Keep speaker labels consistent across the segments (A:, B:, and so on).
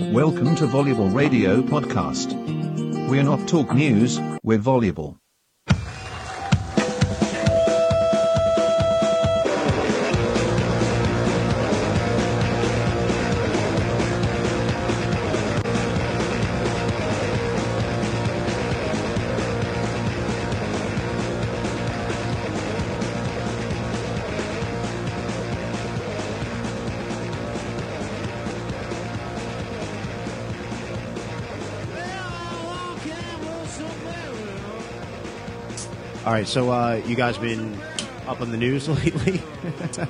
A: Welcome to Volleyball Radio Podcast. We're not talk news, we're volleyball.
B: All right, so uh, you guys been up on the news lately?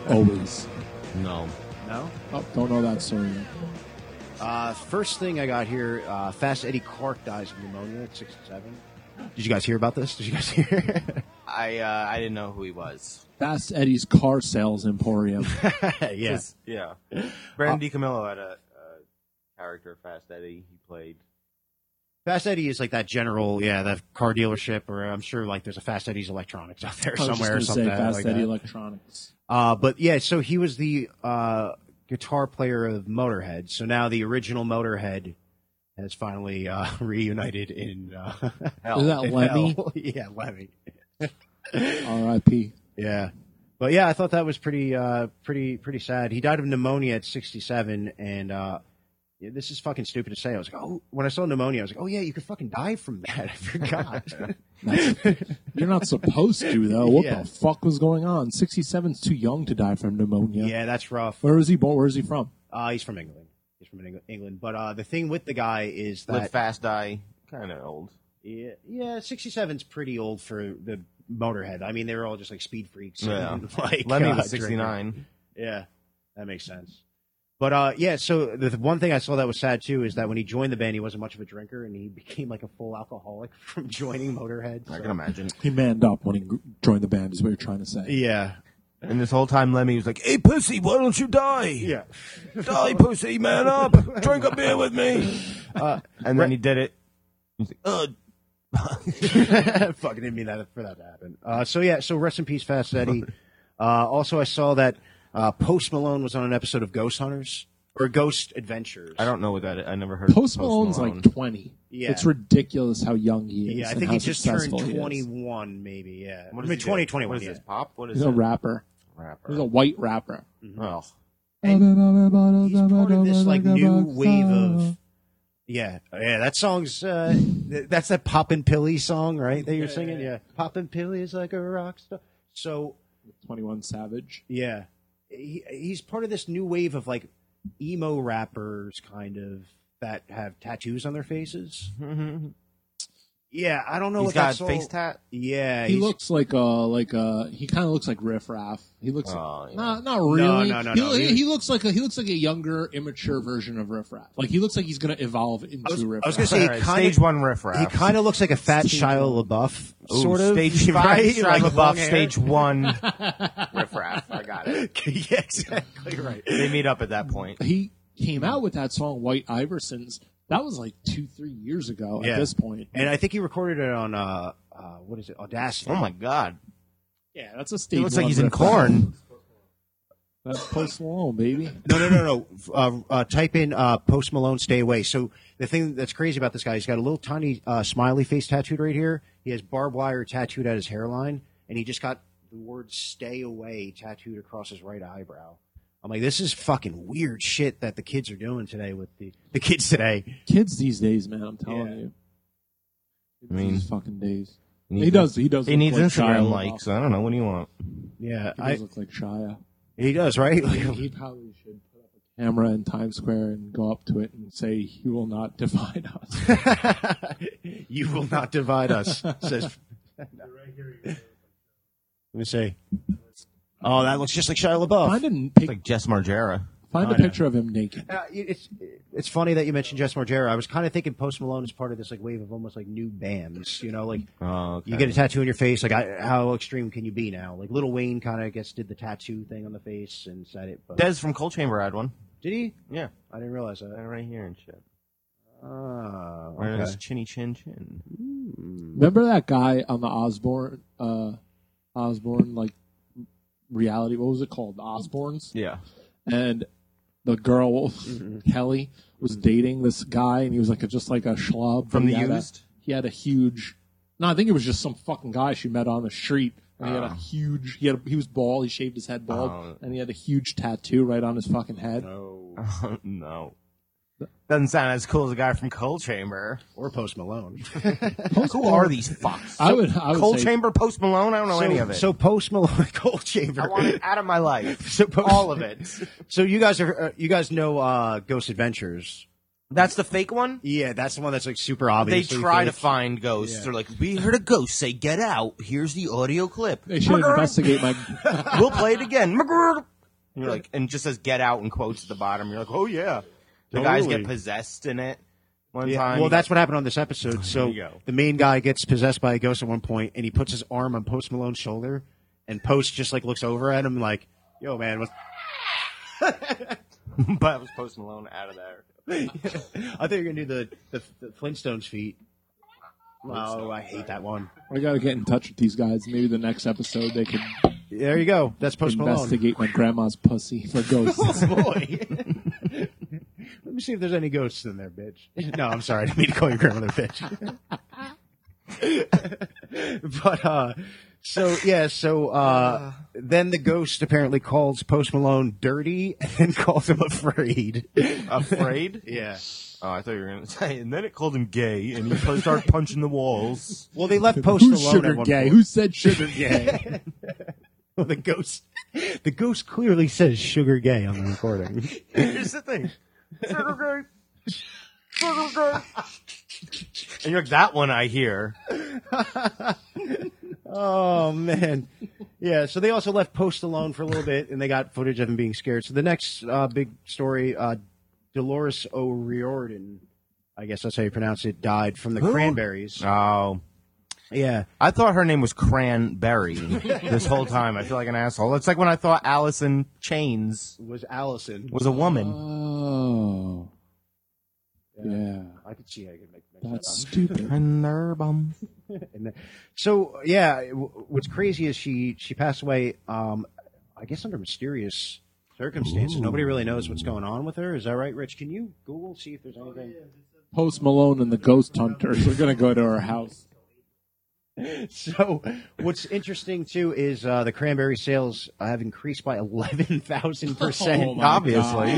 C: Always.
D: No.
B: no.
C: Oh, don't know that story.
B: Uh, first thing I got here: uh, Fast Eddie Clark dies of pneumonia at sixty-seven. Did you guys hear about this? Did you guys hear?
D: I uh, I didn't know who he was.
C: That's Eddie's car sales emporium.
B: yeah.
D: Yeah. Brandon DiCamillo had a, a character, Fast Eddie, he played.
B: Fast Eddie is like that general, yeah, that car dealership, or I'm sure like there's a Fast Eddie's Electronics out there
C: I was
B: somewhere or
C: just gonna
B: something.
C: say Fast
B: like
C: Eddie
B: that.
C: Electronics.
B: Uh, but yeah, so he was the uh, guitar player of Motorhead. So now the original Motorhead has finally uh, reunited in. Uh,
C: Is that
B: in
C: Lemmy?
B: hell. yeah, Lemmy.
C: R.I.P.
B: Yeah, but yeah, I thought that was pretty, uh, pretty, pretty sad. He died of pneumonia at 67, and uh, yeah, this is fucking stupid to say. I was like, oh, when I saw pneumonia, I was like, oh yeah, you could fucking die from that. I forgot.
C: You're not supposed to though. What
B: Yeah.
C: the fuck was going on? 67's too young to die from pneumonia.
B: yeah, that's rough.
C: Where is he born? Where is he from?
B: Uh, he's from England. He's from Eng- England. But uh, the thing with the guy is that
D: Live Fast Die, kind of old.
B: Yeah, yeah, sixty seven's pretty old for the Motorhead. I mean, they were all just like speed freaks.
D: Yeah.
B: and, like
D: Lemmy
B: uh,
D: was 69.
B: drinking. Yeah, that makes sense. But uh, yeah, so the, the one thing I saw that was sad too is that when he joined the band, he wasn't much of a drinker, and he became like a full alcoholic from joining Motorhead.
D: I
B: so-
D: can imagine.
C: He manned up when he gr- joined the band. Is what you're trying to say.
B: Yeah,
D: And this whole time, Lemmy was like, hey, pussy, why don't you die?
B: yeah.
D: Die, pussy, man up. Drink a beer with me.
B: Uh,
D: And then he did it. He's like, uh,
B: Fucking didn't mean that for that to happen. Uh, so yeah, so rest in peace, Fast Eddie. uh, also, I saw that uh, Post Malone was on an episode of Ghost Hunters or Ghost Adventures.
D: I don't know what that is. I never heard
C: Post
D: of
C: Malone's
D: Malone.
C: like 20.
B: Yeah.
C: It's ridiculous how young he is.
B: Yeah, I
C: and
B: think
C: how
B: he just turned
C: successful he is.
B: 21, maybe. Yeah,
D: What
B: I
D: does
B: mean,
D: he do?
B: 20, 21,
D: What is
B: yeah.
D: this, pop? What is
C: He's a
D: this?
C: rapper.
D: rapper.
C: He's a white rapper.
D: Oh.
B: He's part of this like new wave of. Yeah, yeah. That song's uh, th- that's that Poppin' Pilly song, right? That you're singing. Yeah, Poppin' Pilly is like a rock star. So
C: 21 Savage.
B: yeah, he, he's part of this new wave of like emo rappers, kind of that have tattoos on their faces.
D: Oh.
B: Yeah, I don't know
D: He's
B: what
D: got
B: that's all-
D: face tat.
B: Yeah,
C: He
B: he's-
C: looks like a like a he kind of looks like Riff Raff. He looks
D: Oh, yeah.
C: not not really.
B: no, no,
C: he,
B: no.
C: He,
B: He-
C: he looks like a he looks like a younger, immature version of Riff Raff. Like he looks like he's gonna evolve into
B: I was, I
C: Riff
B: was
C: Raff.
B: gonna say
D: All right,
B: he kind
D: stage
B: of
D: one riff
B: He
D: raff.
B: kind of looks like a fat
C: Stage
B: Shia LaBeouf,
D: Ooh,
B: sort of.
D: Stage five,
B: right?
D: Shia
B: Like long
D: LaBeouf,
B: hair.
D: stage one. riff raff. I got it.
B: yeah, exactly right.
D: They meet up at that point.
C: he came out with that song White Iversons. That was like two three years ago
B: Yeah.
C: at this point.
B: And I think he recorded it on uh, uh what is it, Audacity?
D: Oh my god.
C: yeah, that's a
D: He
C: stage.
D: looks like
C: one
D: he's in
C: Riff Raff.
D: corn.
C: That's Post Malone, baby.
B: No, no, no, no. Uh, uh, type in uh, Post Malone, "Stay Away." So the thing that's crazy about this guy, he's got a little tiny uh, smiley face tattooed right here. He has barbed wire tattooed at his hairline, and he just got the word "Stay Away" tattooed across his right eyebrow. I'm like, this is fucking weird shit that the kids are doing today with the the kids today.
C: Kids these days, man, I'm telling
B: Yeah.
C: you. Kids
D: I mean-
C: these fucking days.
D: needs-
C: he does. He does.
D: He
C: look
D: needs
C: like
D: Instagram
C: Shia
D: likes.
C: LaBeouf.
D: I don't know. What do you want?
B: Yeah,
C: He
B: I,
C: does look like Shia.
B: He does, right? Like,
C: He probably should put up a camera in Times Square and go up to it and say, "He will not divide us."
B: you will not divide us, says. Let me see. Oh, that looks just like Shia LaBeouf.
C: find a pic-
D: Like Jess Margera.
C: find a
B: I know.
C: picture of him naked.
B: Uh, it's it's funny that you mentioned Jess Margera. I was kind of thinking Post Malone is part of this like wave of almost like new bands. You know, like
D: Oh, okay.
B: you get a tattoo on your face. Like I, how extreme can you be now? Like Little Wayne kind of I guess did the tattoo thing on the face and said it. But
D: Des from Cold Chamber had one.
B: did he?
D: Yeah,
B: I didn't realize that.
D: right here and shit.
B: Oh,
D: Right in
B: okay.
D: his chinny chin chin.
C: Remember that guy on the Osborne, uh, Osborne like reality? What was it called? The Osbornes
D: Yeah. Mm-hmm.
C: and the girl Kelly was dating this guy, and he was like a, just like a schlob
D: From
C: He
D: the
C: had a-
D: used?
C: he had a huge. No, I think it was just some fucking guy she met on the street. And he had a huge. He had a, he was bald. He shaved his head bald,
D: Oh.
C: and he had a huge tattoo right on his fucking head.
D: Oh, no. Doesn't sound as cool as a guy from Coal Chamber.
B: or Post Malone.
D: Who are these fucks?
C: I would. I would
D: Coal
C: say,
D: Chamber, Post Malone. I don't know
B: so,
D: any of it.
B: So Post Malone, Gold Chamber.
D: I want it out of my life.
B: So Post-
D: All of it.
B: So you guys are uh, you guys know uh, Ghost Adventures?
D: That's the fake one.
B: Yeah, that's the one that's like super
D: They
B: obvious.
D: try to find ghosts. They're like, we heard a ghost say, "Get out!" Here's the audio clip.
C: They should
D: Murder.
C: investigate my.
D: we'll play it again. And you're like, and it just says "get out" in quotes at the bottom. You're like, oh yeah. The guys get
B: Totally.
D: possessed in it one
B: Yeah,
D: time.
B: well, that's what happened on this episode. So
D: you go.
B: the main guy gets possessed by a ghost at one point, and he puts his arm on Post Malone's shoulder, and Post just like looks over at him like, "Yo, man, what's
D: but I was Post Malone out of there.
B: I thought you were gonna do the, the, the Flintstones feet. Oh, I hate that one.
C: I gotta get in touch with these guys. Maybe the next episode they can
B: There you go. That's Post Malone.
C: investigate my grandma's pussy for ghosts.
B: Boy. Let me see if there's any ghosts in there, bitch. No, I'm sorry. I didn't mean to call your grandmother bitch. but, uh, so, yeah, so, uh, then the ghost apparently calls Post Malone dirty and calls him afraid.
D: Afraid?
B: Yeah.
D: Oh, I thought you were gonna say. And then it called him gay, and he started punching the walls.
B: Well, they left Post
C: Who's
B: Malone
C: sugar
B: at one
C: gay?
B: point.
C: Who said sugar gay?
B: the ghost? The ghost clearly says sugar gay on the recording.
D: Here's the thing. Sugar gay. Sugar gay. And you're like that one I hear.
B: Oh man, yeah. So they also left Post alone for a little bit, and they got footage of him being scared. So the next uh, big story, uh, Dolores O'Riordan, I guess that's how you pronounce it, died from the
D: Who?
B: cranberries.
D: Oh,
B: yeah,
D: I thought her name was Cranberry this whole time. I feel like an asshole. It's like when I thought Allison Chains
B: was Allison.
D: was a woman.
C: Oh, yeah,
B: I could see how you could make. make
C: that's
B: that up.
C: stupid.
D: Cranberbum.
B: And then- so yeah, w- what's crazy is she she passed away. Um, I guess under mysterious circumstances. Nobody really knows what's going on with her. Is that right, Rich? Can you Google see if there's anything?
C: Post Malone and the Ghost Hunters are gonna go to her house.
B: So, what's interesting too is uh, the cranberry sales have increased by eleven thousand percent.
D: Obviously.
C: Oh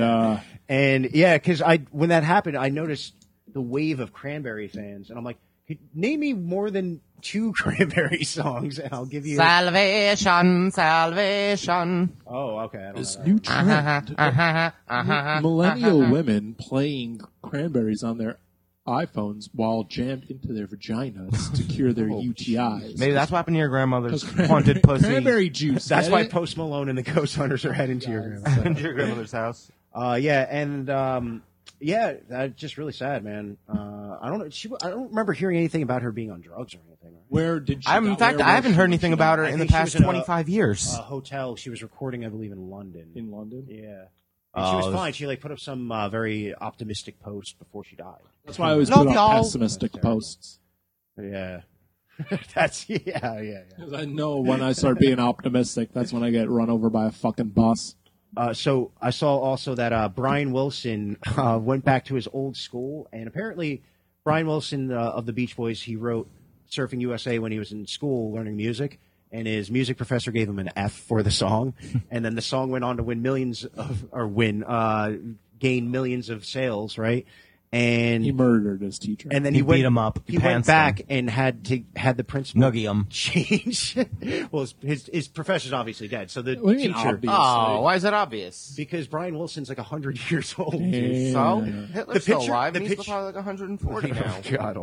C: uh,
B: And yeah, because I when that happened, I noticed the wave of cranberry fans, and I'm like, "Hey, name me more than two cranberry songs, and I'll give you.
D: Salvation, salvation.
B: oh, okay. I don't know
C: this
B: that.
C: new trend:
D: Uh-huh, uh-huh.
C: millennial women playing cranberries on their iPhones while jammed into their vaginas to cure their UTIs.
D: Oh, Maybe that's what happened to your grandmother's
C: 'Cause cranberry-
D: haunted pussy.
C: Cranberry juice.
B: That's
C: get
B: why
C: it?
B: Post Malone and the Ghost Hunters are heading to your room.
D: Into your grandmother's house.
B: Uh, yeah, and um, yeah, that's just really sad, man. Uh, I don't. She, I don't remember hearing anything about her being on drugs or anything. Right?
C: Where did she?
D: I'm, in
C: where
D: fact,
C: was
D: I haven't
C: she
D: heard
C: when
D: anything
C: she
D: about her
B: I
D: in the
B: think she
D: past
B: was in a-
D: 25 years.
B: uh, hotel. She was recording, I believe, in London.
C: in London?
B: yeah. And she
D: Oh,
B: was
D: this-
B: fine. She like put up some uh, very optimistic post before she died.
C: That's why I always
D: No,
C: put
D: they
C: out
D: all-
C: pessimistic
B: That's terrible.
C: posts.
B: Yeah. That's yeah, yeah, yeah.
C: 'Cause I know when I start being optimistic, that's when I get run over by a fucking bus.
B: Uh, so I saw also that uh, Brian Wilson uh, went back to his old school, and apparently Brian Wilson uh, of the Beach Boys, he wrote "Surfing USA" when he was in school learning music, and his music professor gave him an F for the song, and then the song went on to win millions of or win uh, gain millions of sales, right? And
C: He murdered his teacher.
B: and then
D: He
B: he, went,
D: beat 'em up. He
B: He, went
D: pantsed 'em.
B: back and had to had the principal
D: Nuggy 'em.
B: change. well, his, his his professor's obviously dead, so the
C: What do you mean
B: teacher
C: obvious?
D: Oh, why is that obvious?
B: because Brian Wilson's like hundred years old.
C: Yeah.
D: So?
C: The
D: Hitler's still
B: picture-
D: alive,
B: the
D: and he's
B: picture-
D: probably like 140 now.
B: Oh, God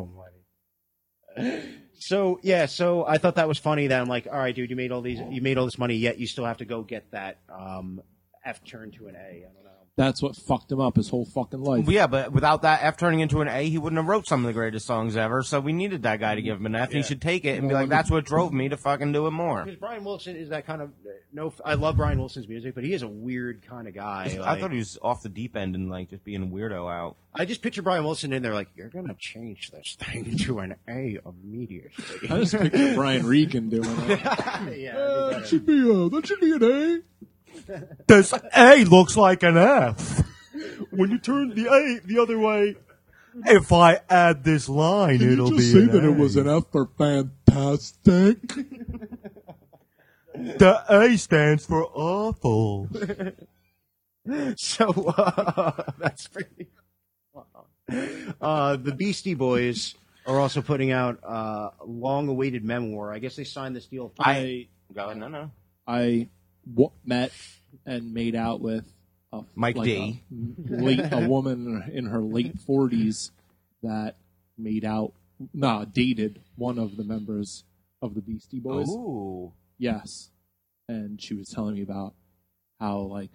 B: Almighty. So yeah, so I thought that was funny that I'm like, all right, dude, you made all these, you made all this money, yet you still have to go get that um, F turned to an A. I don't know.
C: That's what fucked him up his whole fucking life.
D: Well, yeah, but without that F turning into an A, he wouldn't have wrote some of the greatest songs ever. So we needed that guy to give him an F. and He should take it and be like, "That's what drove me to fucking do it more."
B: Because Brian Wilson is that kind of no. I love Brian Wilson's music, but he is a weird kind of
D: I
B: guy. like-
D: thought he was off the deep end and like just being a weirdo out.
B: I just picture Brian Wilson in there like, you're going to change this thing to an A immediately.
C: I just picture Brian Regan doing it.
B: yeah.
C: that should be a. That should be an A.
D: This A looks like an F.
C: when you turn the A the other way,
E: If I add this line,
C: did
E: it'll
C: you just
E: be.
C: say
E: an
C: that
E: A.
C: it was an F for fantastic?
E: The A stands for awful.
B: So uh, that's pretty. Uh, the Beastie Boys are also putting out a uh, long-awaited memoir. I guess they signed this deal.
C: I
D: Go ahead. No, no.
C: I w- met and made out with a,
D: Mike
C: like
D: D.
C: A, late, a woman in her late forties that made out, nah, dated one of the members of the Beastie Boys.
E: Oh.
D: Ooh.
C: Yes, and she was telling me about how like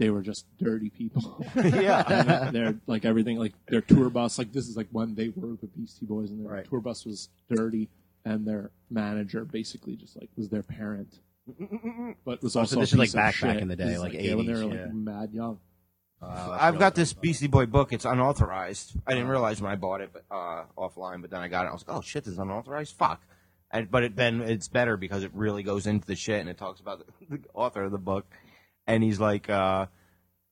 C: they were just dirty people.
D: yeah.
C: And their like everything like their tour bus like this is like when they were the Beastie Boys and their
B: Right.
C: tour bus was dirty and their manager basically just like was their parent, but was
B: Oh,
C: also
B: so this
C: a
B: is, like,
C: piece of
B: back- back
C: shit.
B: in the day,
C: This is,
B: like,
C: yeah, when they
B: 80s,
C: were like
B: yeah.
C: mad young.
D: I've got this Uh-huh. Beastie Boy book. It's unauthorized. I didn't realize when I bought it, but uh, offline. But then I got it. I was like, oh shit, this is unauthorized. Fuck. And, but it, then it's better because it really goes into the shit and it talks about the, the author of the book. And he's like, uh,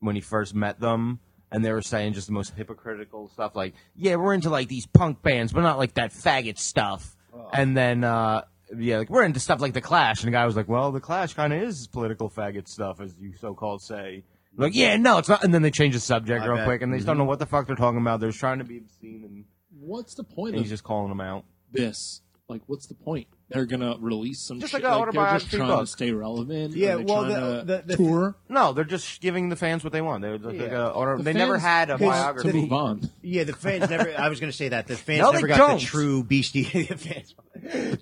D: when he first met them, and they were saying just the most hypocritical stuff, like, yeah, we're into like these punk bands, but not like that faggot stuff.
B: Oh.
D: And then, uh, yeah, like we're into stuff like the Clash, and the guy was like, "Well, the Clash kind of is political faggot stuff, as you so-called say." Like, yeah, no, it's not. And then they change the subject
B: I
D: real
B: bet. Mm-hmm.
D: quick, and they just don't know what the fuck they're talking about. They're just trying to be obscene, and,
C: What's the point
D: and he's
C: of
D: just calling them out.
C: this? Like, what's the point? They're gonna release some
D: Just
C: shit.
D: like an
C: they're just
D: autobiography
C: trying
D: book.
C: to stay relevant.
B: Yeah,
C: Are they
B: well,
C: trying
B: the-
C: to
B: the- the-
C: tour
D: No, they're just giving the fans what they want. They're, they're,
B: Yeah.
D: uh, or,
C: The
D: they never
C: fans
D: had a
C: want
D: biography.
C: to move on.
B: yeah, the fans never. I was going to say that the fans
D: No, they
B: never got
D: don't.
B: the true Beastie the fans.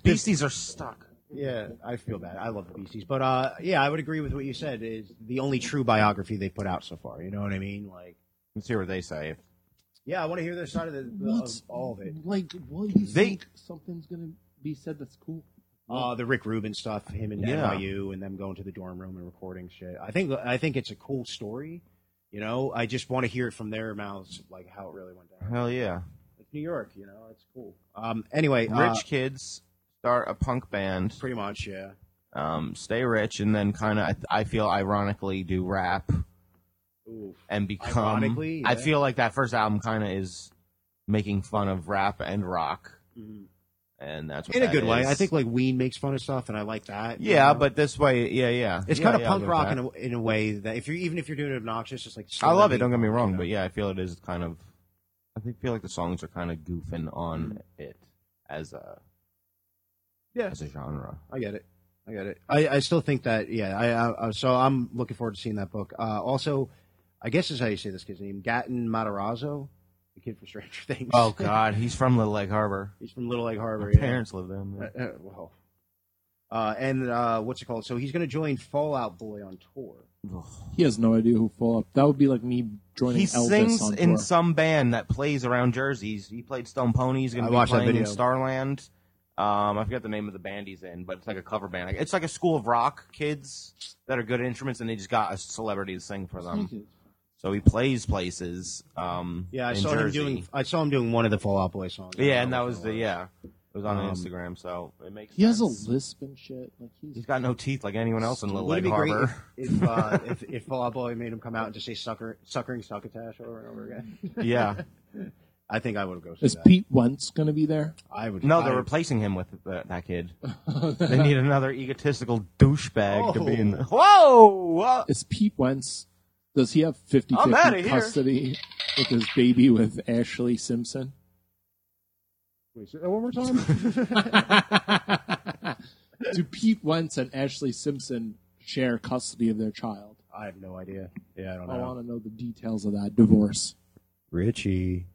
D: Beasties are stuck.
B: Yeah, I feel bad. I love the Beasties, but uh, yeah, I would agree with what you said. Is the only true biography they put out so far. You know what I mean? Like,
D: Let's hear what they say.
B: yeah, I want to hear their side of the, the of
C: What's
B: all of it.
C: Like, what do you
D: They-
C: think something's gonna be said that's cool?
B: Uh, the Rick Rubin stuff, him and
D: Oh. Yeah.
B: NYU, and them going to the dorm room and recording shit. I think I think it's a cool story. You know, I just want to hear it from their mouths, like how it really went down.
D: Hell yeah.
B: It's New York, you know, it's cool. Um, anyway,
D: Rich
B: uh,
D: kids start a punk band.
B: pretty much, yeah.
D: um, stay rich, and then kind of I, I feel ironically do rap
B: Oof.
D: and become.
B: Ironically,
D: I
B: yeah.
D: feel like that first album kind of is making fun of rap and rock,
B: Mhm.
D: and that's what
B: In a
D: Mm-hmm. that
B: good way.
D: is.
B: I think like Ween makes fun of stuff, and I like that. you
D: Yeah,
B: know?
D: but this way, yeah, yeah,
B: it's
D: Yeah,
B: kind of
D: yeah, I'll
B: punk
D: go
B: rock
D: back.
B: in a, in a way that if you're even if you're doing it obnoxious, just like
D: I love it.
B: slowly-
D: Don't get me wrong, but yeah, I feel it is kind of. I think feel like the songs are kind of goofing
B: Mm.
D: on it as a
B: Yeah.
D: as a genre.
B: I get it. I get it. I, I still think that yeah. I, I, I so I'm looking forward to seeing that book. Uh, also, I guess is how you say this kid's name, Gatton Matarazzo, the kid from Stranger Things.
D: Oh God, he's from Little Lake Harbor.
B: he's from Little Lake Harbor.
D: My
B: yeah.
D: parents live there. man.
B: Uh, uh, well, uh, and uh, what's it called? So he's going to join Fallout Boy on tour.
C: He has no idea who Fall Up. That would be like me joining
D: He
C: Elvis
D: sings
C: on
D: in
C: tour.
D: some band that plays around jerseys. He played Stone Pony. He's going
B: I
D: to be
B: watched that
D: playing in
B: video.
D: Starland. Um, I forget the name of the band he's in, but it's like a cover band. Like, It's like a school of rock kids that are good at instruments, and they just got a celebrity to sing for them. So he plays places. Um,
B: Yeah, I
D: in
B: saw
D: Jersey.
B: him doing. I saw him doing one of the Fallout Boy songs.
D: Yeah, and that was the yeah. It was on
B: Um,
D: Instagram, so it makes.
C: He has a
D: sense.
C: lisp and shit. Like he's,
D: He's got no teeth like anyone else in Little
B: Would it
D: Lake
B: be great
D: Harbor.
B: if if, uh, if, if Fallout Boy made him come out and just say "sucker, suckering succotash" over and over again?
D: yeah.
B: I think I would go see
C: is
B: that.
C: Pete Wentz going to be there?
B: I would.
D: No,
B: I,
D: they're replacing him with uh, that kid. they need another egotistical douchebag to be in. The-
C: Oh.
D: Whoa! Whoa!
C: Is Pete Wentz? Does he have 50
D: I'm outta
C: 50
D: here.
C: custody with his baby with Ashley Simpson?
B: Wait, say that one more time.
C: Do Pete Wentz and Ashley Simpson share custody of their child?
B: I have no idea. Yeah, I don't
C: I
B: know.
C: want to know the details of that divorce.
B: Richie.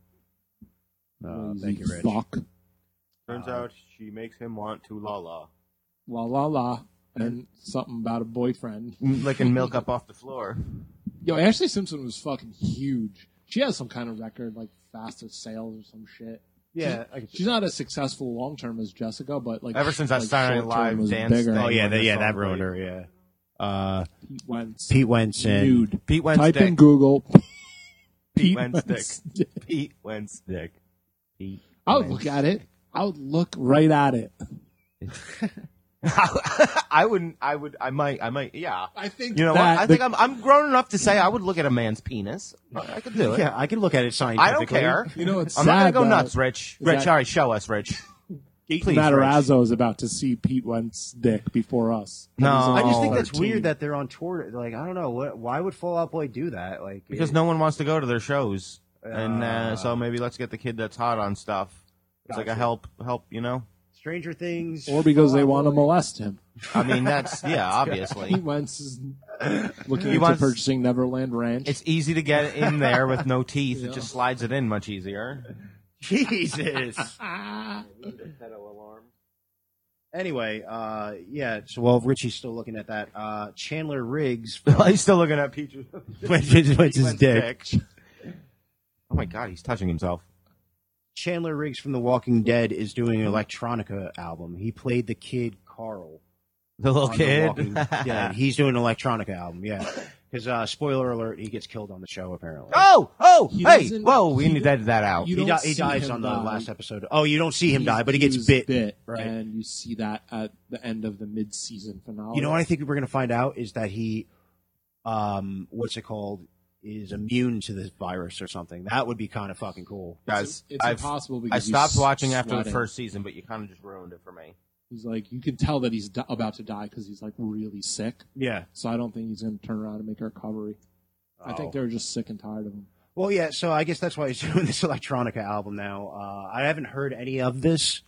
B: No,
C: Lazy
B: Uh, thank you, Rich.
C: Fuck.
D: Turns out she makes him want to la la.
C: La la la. And something about a boyfriend.
D: Licking milk up off the floor.
C: Yo, Ashley Simpson was fucking huge. She has some kind of record, like fastest sales or some shit.
B: Yeah, I could
C: She's not as successful long term as Jessica, but like
D: Ever since that
C: like,
D: Saturday Night
C: short-term
D: Live
C: was
D: dance
C: bigger.
D: thing.
B: Oh yeah, that, yeah, that
D: Song
B: ruined her. Yeah. Uh,
C: Pete Wentz,
B: Pete Wentz and
C: nude.
D: Pete
C: Type in
D: Wednesday.
C: Google.
D: Pete
C: Wentz
D: Wednesday.
C: dick.
D: Pete Wednesday. Pete.
C: I would look at it. I would look right at it.
D: I wouldn't. I would. I might. I might. Yeah.
C: I think
D: You know what?
C: that
D: I
C: the-
D: think I'm, I'm grown enough to say I would look at a man's penis. I I could do it.
B: Yeah, I can look at it
D: I don't
B: scientifically.
D: care.
C: You know, it's
D: I'm not
C: sad
D: gonna go
C: that-
D: nuts, Rich.
C: is
D: Rich,
C: that-
D: all right, show us, Rich. Please,
C: Matarazzo is about to see Pete Wentz dick before us.
D: No.
C: He's on
D: I
B: I just
C: all
B: think that's
C: 13.
B: weird that they're on tour. Like, I don't know. What, why would Fall Out Boy do that? Like,
D: because
B: it-
D: no one wants to go to their shows, and uh, so maybe let's get the kid that's hot on stuff. It's like a help, help, you know.
B: Stranger Things.
C: or because they want to molest him.
D: I mean, that's yeah,
C: Pete
D: obviously.
C: Wentz is looking
D: He
C: into
D: wants-
C: purchasing Neverland Ranch.
D: It's easy to get in there with no teeth. It just slides it in much easier.
B: Jesus. anyway, uh, yeah. So while Richie's still looking at that, uh, Chandler Riggs
D: He's still looking at Peach.
B: went his
D: Oh my god, he's touching himself.
B: Chandler Riggs from The Walking Dead is doing an electronica album. He played the kid Carl.
D: The little
B: on The
D: kid.
B: Walking Dead. He's doing an electronica album. Yeah. Because uh, spoiler alert, he gets killed on the show apparently.
D: Oh, oh,
C: He
D: hey,
C: doesn't-
D: whoa, we
C: he
D: need to edit that out.
C: you
B: he,
C: don't
B: di- he
C: see
B: dies
C: him
B: on the
C: die.
B: last episode. Oh, you don't see him
C: He's-
B: die, but he gets
C: was
B: bit. right.
C: and you see that at the end of the mid-season finale.
B: You know what I think we're going to find out is that he, um, what's it called, is immune to this virus or something. That would be kind of fucking cool.
D: Guys,
C: it's
D: I've-
C: impossible
D: I
C: because he's
D: stopped watching after the
C: sweating.
D: first season, but you kind of just ruined it for me.
C: He's like, you can tell that he's di- about to die because he's like really sick.
B: Yeah.
C: So I don't think he's going to turn around and make a recovery. I
B: Oh.
C: think they're just sick and tired of him.
B: Well, yeah. So I guess that's why he's doing this electronica album now. Uh, I haven't heard any of this,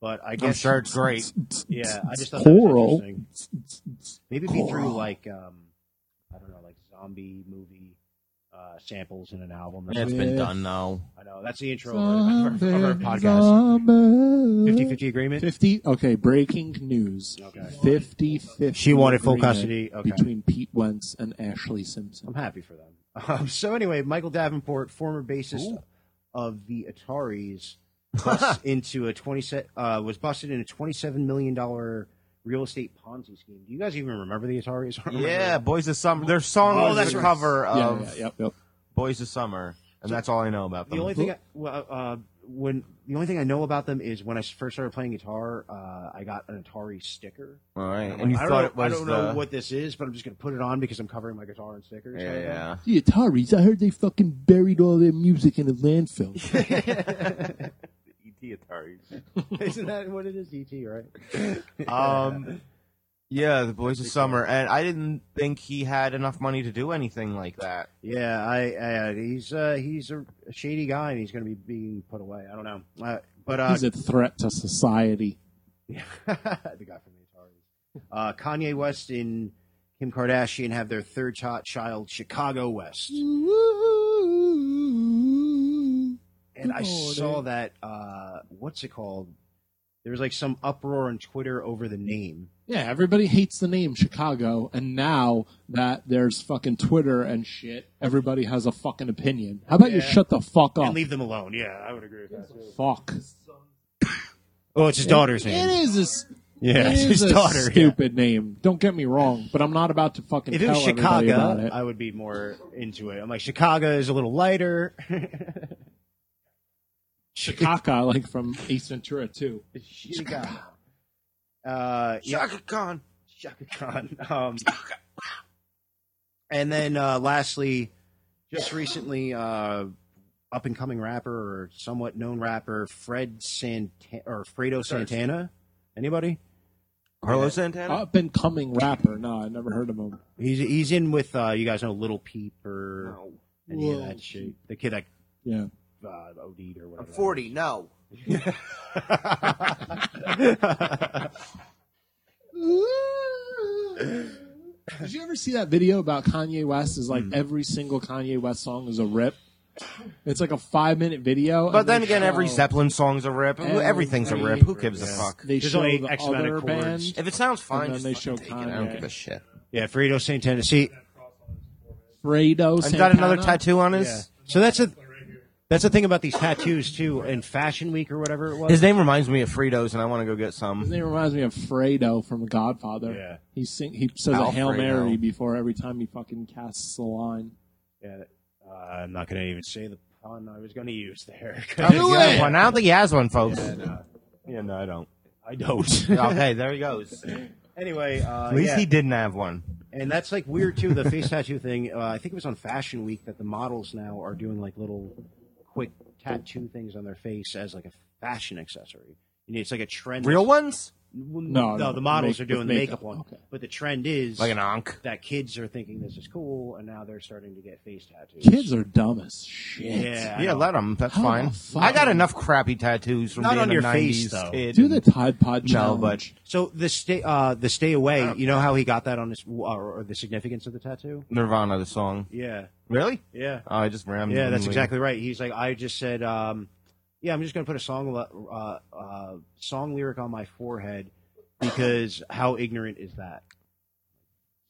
B: but I guess
D: I'm sure it's great.
B: Yeah, I just thought that was
C: Coral.
B: interesting. Maybe be through like um, I don't know, like zombie movie uh, samples in an album.
D: It's
B: That's-
D: been done now.
B: I know that's the intro of our, of our podcast.
C: Zombie.
B: 50-50 agreement.
C: 50 okay breaking news
B: Okay.
C: 50 50
B: She wanted full custody, okay.
C: between pete wentz and ashley simpson
B: I'm happy for them. Um, so anyway, Michael Davenport, former bassist of the Ataris, bust into a twenty se- uh, was busted in a twenty-seven million dollar real estate Ponzi scheme. Do you guys even remember the Ataris? I don't remember.
D: Yeah, Boys of Summer. Their song
B: Oh,
D: was
B: that's
D: a
B: right.
D: cover
C: yeah,
D: of
C: yeah, yep, yep.
D: Boys of Summer, and that's all I know about them.
B: The only thing, I, well, uh, when the only thing I know about them is when I first started playing guitar, uh, I got an Atari sticker.
D: all right, and
B: I'm
D: you
B: like, I
D: thought
B: don't
D: it
B: know, I
D: was
B: don't
D: the
B: know what this is, but I'm just gonna put it on because I'm covering my guitar in stickers.
D: yeah, yeah.
C: the ataris i heard they fucking buried all their music in a landfill
D: ET Ataris.
B: Isn't that what it is? ET, right?
D: Um, yeah, the Boys of Summer, and I didn't think he had enough money to do anything like that.
B: Yeah, I, I he's uh, he's a shady guy, and he's going to be being put away. I don't know, uh, but uh,
C: he's a threat to society
B: the guy from the Atari. Uh, Kanye West and Kim Kardashian have their third hot child, Chicago West, and I saw that. Uh, what's it called? There was like some uproar on Twitter over the name.
C: yeah everybody hates the name chicago and now that there's fucking twitter and shit everybody has a fucking opinion how about you
B: Yeah.
C: shut the fuck up
B: And leave them alone. Yeah, I would agree with that.
C: fuck
B: Oh, it's his daughter's
C: it
B: name.
C: is this
B: Yeah,
C: It
B: it's
C: is
B: his
C: a
B: daughter. yeah.
C: Stupid name. Don't get me wrong, but I'm not about to fucking
B: If it
C: tell
B: was
C: everybody about
B: Chicago,
C: it.
B: I would be more into it. I'm like, Chicago is a little lighter.
C: Chicago, like from Ace Ventura too.
B: Chicago. Uh, yeah,
D: Shaka Khan.
B: Shaka Khan. Um, and then uh, lastly, just recently, uh, up and coming rapper or somewhat known rapper Fred Santana or Fredo Santana. Anybody?
D: Carlos Santana.
C: Up and coming rapper. No, I never heard of him.
B: He's he's in with uh, you guys know Little Peep or
D: No.
B: any of
C: Whoa.
B: that shit. The kid that
C: Yeah.
B: uh, OD'd or
D: I'm
B: whatever.
D: 40. No.
C: Did you ever see that video about Kanye West? Is
D: Hmm.
C: like every single Kanye West song is a rip. It's like a five minute video.
D: But
C: and
D: then
C: they
D: again, every
C: show-
D: Zeppelin song's a rip.
C: Every-
D: Everything's a rip. Who gives a fuck?
C: They
B: There's
C: show
B: only
C: the
B: X amount
C: other
B: of chords.
C: band.
D: If it sounds fine,
C: And
D: just
C: then they
D: fucking
C: show
D: take it. I don't
C: Kanye.
D: give a shit.
B: Yeah, Fredo Santana. See,
C: Fredo.
D: And got another
C: Santana.
D: tattoo on his.
B: Yeah. So that's a that's the thing about these tattoos too. In Fashion Week or whatever it was,
D: His name reminds me of Fritos, and I want to go get
C: His
D: some.
C: name reminds me of Fredo from The Godfather.
B: Yeah.
C: He sing, he says a Hail
D: Alfredo.
C: Mary before every time he fucking casts a line.
B: Yeah, uh, I'm not going to even say the pun I was going to use there.
D: I don't think he has one, folks.
B: no.
D: Yeah, no, I don't.
B: I don't.
D: okay, there he goes.
B: anyway, uh,
D: At least
B: yeah.
D: he didn't have one.
B: and that's like weird too. The face tattoo thing. Uh, I think it was on Fashion Week that the models now are doing like little quick tattoo things on their face as like a fashion accessory. And it's like a trend.
D: Real ones?
B: No,
C: no,
B: the models are
C: make-
B: doing
C: with
B: the
C: makeup.
B: makeup one.
C: Okay.
B: But the trend is
D: Like an onk.
B: that kids are thinking this is cool, and now they're starting to get face tattoos.
C: Kids are dumb as shit.
B: yeah, I
D: Yeah,
B: know.
D: let him. That's
C: How the
D: fine.
C: fuck?
D: I got enough crappy tattoos from
B: Not
D: being
B: on
D: a
B: your
D: 90s
B: face, though.
D: kid.
C: Do the Tide Pod
D: No,
C: challenge.
D: but
B: So the stay, uh, the stay away. You know how he got that on his, uh, or, or the significance of the tattoo?
D: Nirvana, the song.
B: Yeah,
D: Really?
B: yeah,
D: Oh, I just remember.
B: yeah. That's exactly right. He's like, I just said, um, yeah, I'm just gonna put a song, le- uh, uh, song lyric on my forehead because how ignorant is that?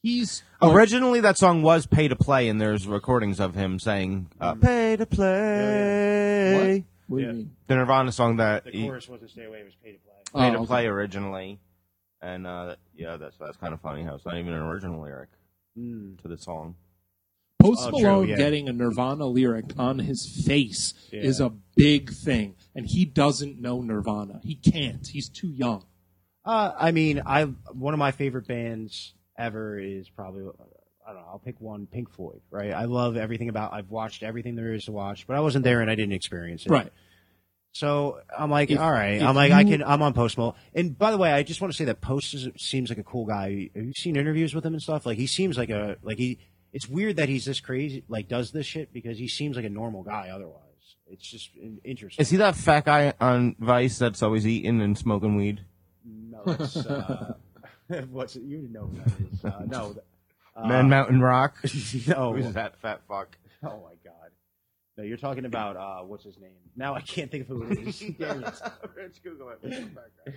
C: he's
D: Originally, that song was "Pay to Play," and there's recordings of him saying uh, "Pay to
C: what?
D: Play."
C: What do
B: Mm. Yeah.
C: you mean?
D: The Nirvana song that
B: The
D: he
B: chorus wasn't stay away; it was pay to play.
D: "Pay
C: Oh,
D: to
C: okay.
D: Play" originally, and uh, yeah, that's that's kind of funny how it's not even an original lyric
B: Mm.
D: to the song.
C: Post
B: Oh, true,
C: Malone
B: yeah.
C: getting a Nirvana lyric on his face
B: Yeah.
C: is a big thing, and he doesn't know Nirvana. He can't. He's too young.
B: Uh, I mean, I one of my favorite bands ever is probably I don't know. I'll pick one, Pink Floyd. Right? I love everything about. I've watched everything there is to watch, but I wasn't there and I didn't experience it.
C: Right.
B: So I'm like,
C: If-
B: all right.
C: if
B: I'm like, I
C: you-
B: can. I'm on Post Malone. And by the way, I just want to say that Post is, seems like a cool guy. Have you seen interviews with him and stuff? Like he seems like a like he. It's weird that he's this crazy, like does this shit because he seems like a normal guy otherwise. It's just in- interesting.
D: Is he that fat guy on Vice that's always eating and smoking weed?
B: No, it's, uh, what's it? You know who that is. Uh, no. th- Uh,
D: Man Mountain Rock.
B: no.
D: Who's that fat fuck?
B: Oh my god. No, you're talking about uh, what's his name? Now I can't think of who it is. Damn it.
D: Let's Google it.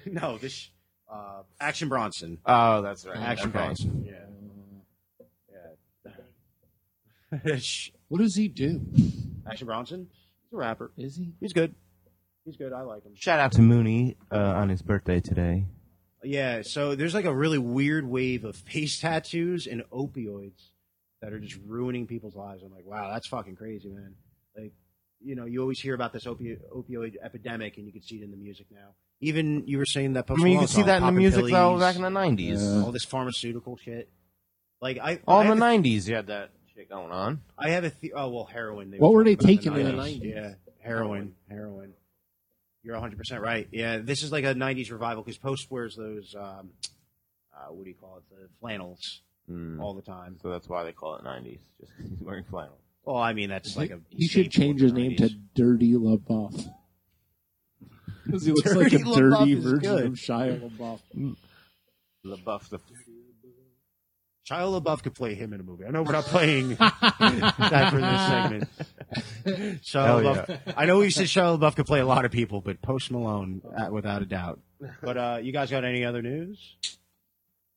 B: no, this uh, Action Bronson.
D: Oh, that's right.
B: Action
D: Okay.
B: Bronson. Yeah. Yeah. Sh-
C: What does he do?
B: Action Bronson. He's a rapper.
C: Is he?
B: He's good. He's good. I like him.
D: Shout out to Mooney uh, on his birthday today.
B: Yeah, so there's like a really weird wave of face tattoos and opioids that are just ruining people's lives. I'm like, wow, that's fucking crazy, man. Like, you know, you always hear about this opi- opioid epidemic, and you can see it in the music now. Even you were saying that. Post
D: I mean, you
B: Malone
D: could see
B: song,
D: that in the
B: Poppin'
D: music
B: Pillies,
D: though, back in the '90s.
C: Yeah.
B: all this pharmaceutical shit. Like I,
D: All
B: I
D: in
B: have
D: the
B: a,
D: '90s, you had that shit going on.
B: I have a the- oh well, heroin. They
C: What were they
B: talking about
C: taking in the 90s?
B: Yeah, heroin, heroin. You're 100 percent right. Yeah, this is like a 90s revival because Post wears those. Um, uh, what do you call it? The flannels
D: Mm.
B: all the time.
D: So that's why they call it '90s, just because he's wearing flannel.
B: Well, I mean that's like a.
C: he should
B: staple
C: change
B: in
C: his
B: the
C: name to
B: 90s.
C: Dirty LaBeouf. Because he looks
B: Dirty
C: like a dirty
B: LaBeouf is
C: version
B: good.
C: of Shia LaBeouf.
D: LaBeouf, the
B: Shia LaBeouf could play him in a movie. I know we're not playing that for this segment. Shia
D: Hell
B: LaBeouf. I know we said Shia LaBeouf could play a lot of people, but Post Malone, uh, without a doubt. But uh, you guys got any other news?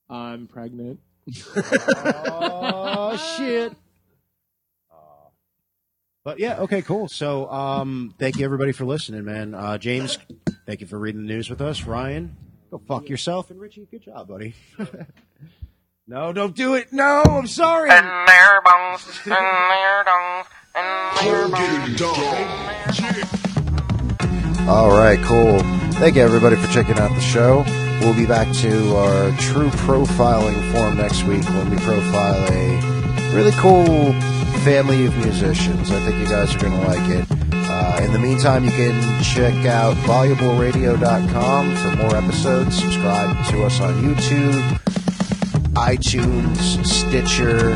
C: I'm pregnant.
B: oh shit. Uh, But yeah, okay, cool. So, um, thank you everybody for listening, man. Uh, James, thank you for reading the news with us. Ryan, go fuck yourself, and Richie, good job, buddy. no, don't do it. No, I'm sorry.
F: and their bones, and their bones, and their bones.
G: All right, cool. Thank you, everybody, for checking out the show. We'll be back to our true profiling form next week when we profile a really cool family of musicians. I think you guys are going to like it. Uh, in the meantime, you can check out volleyableradio.com for more episodes. Subscribe to us on YouTube, iTunes, Stitcher,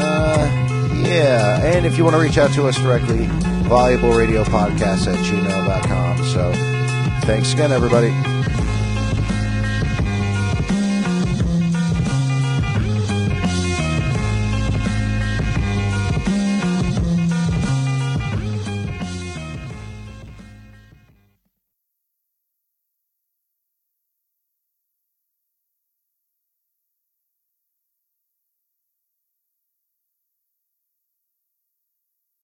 G: uh, yeah, and if you want to reach out to us directly, volleybleradiopodcast at gmail.com. So thanks again, everybody.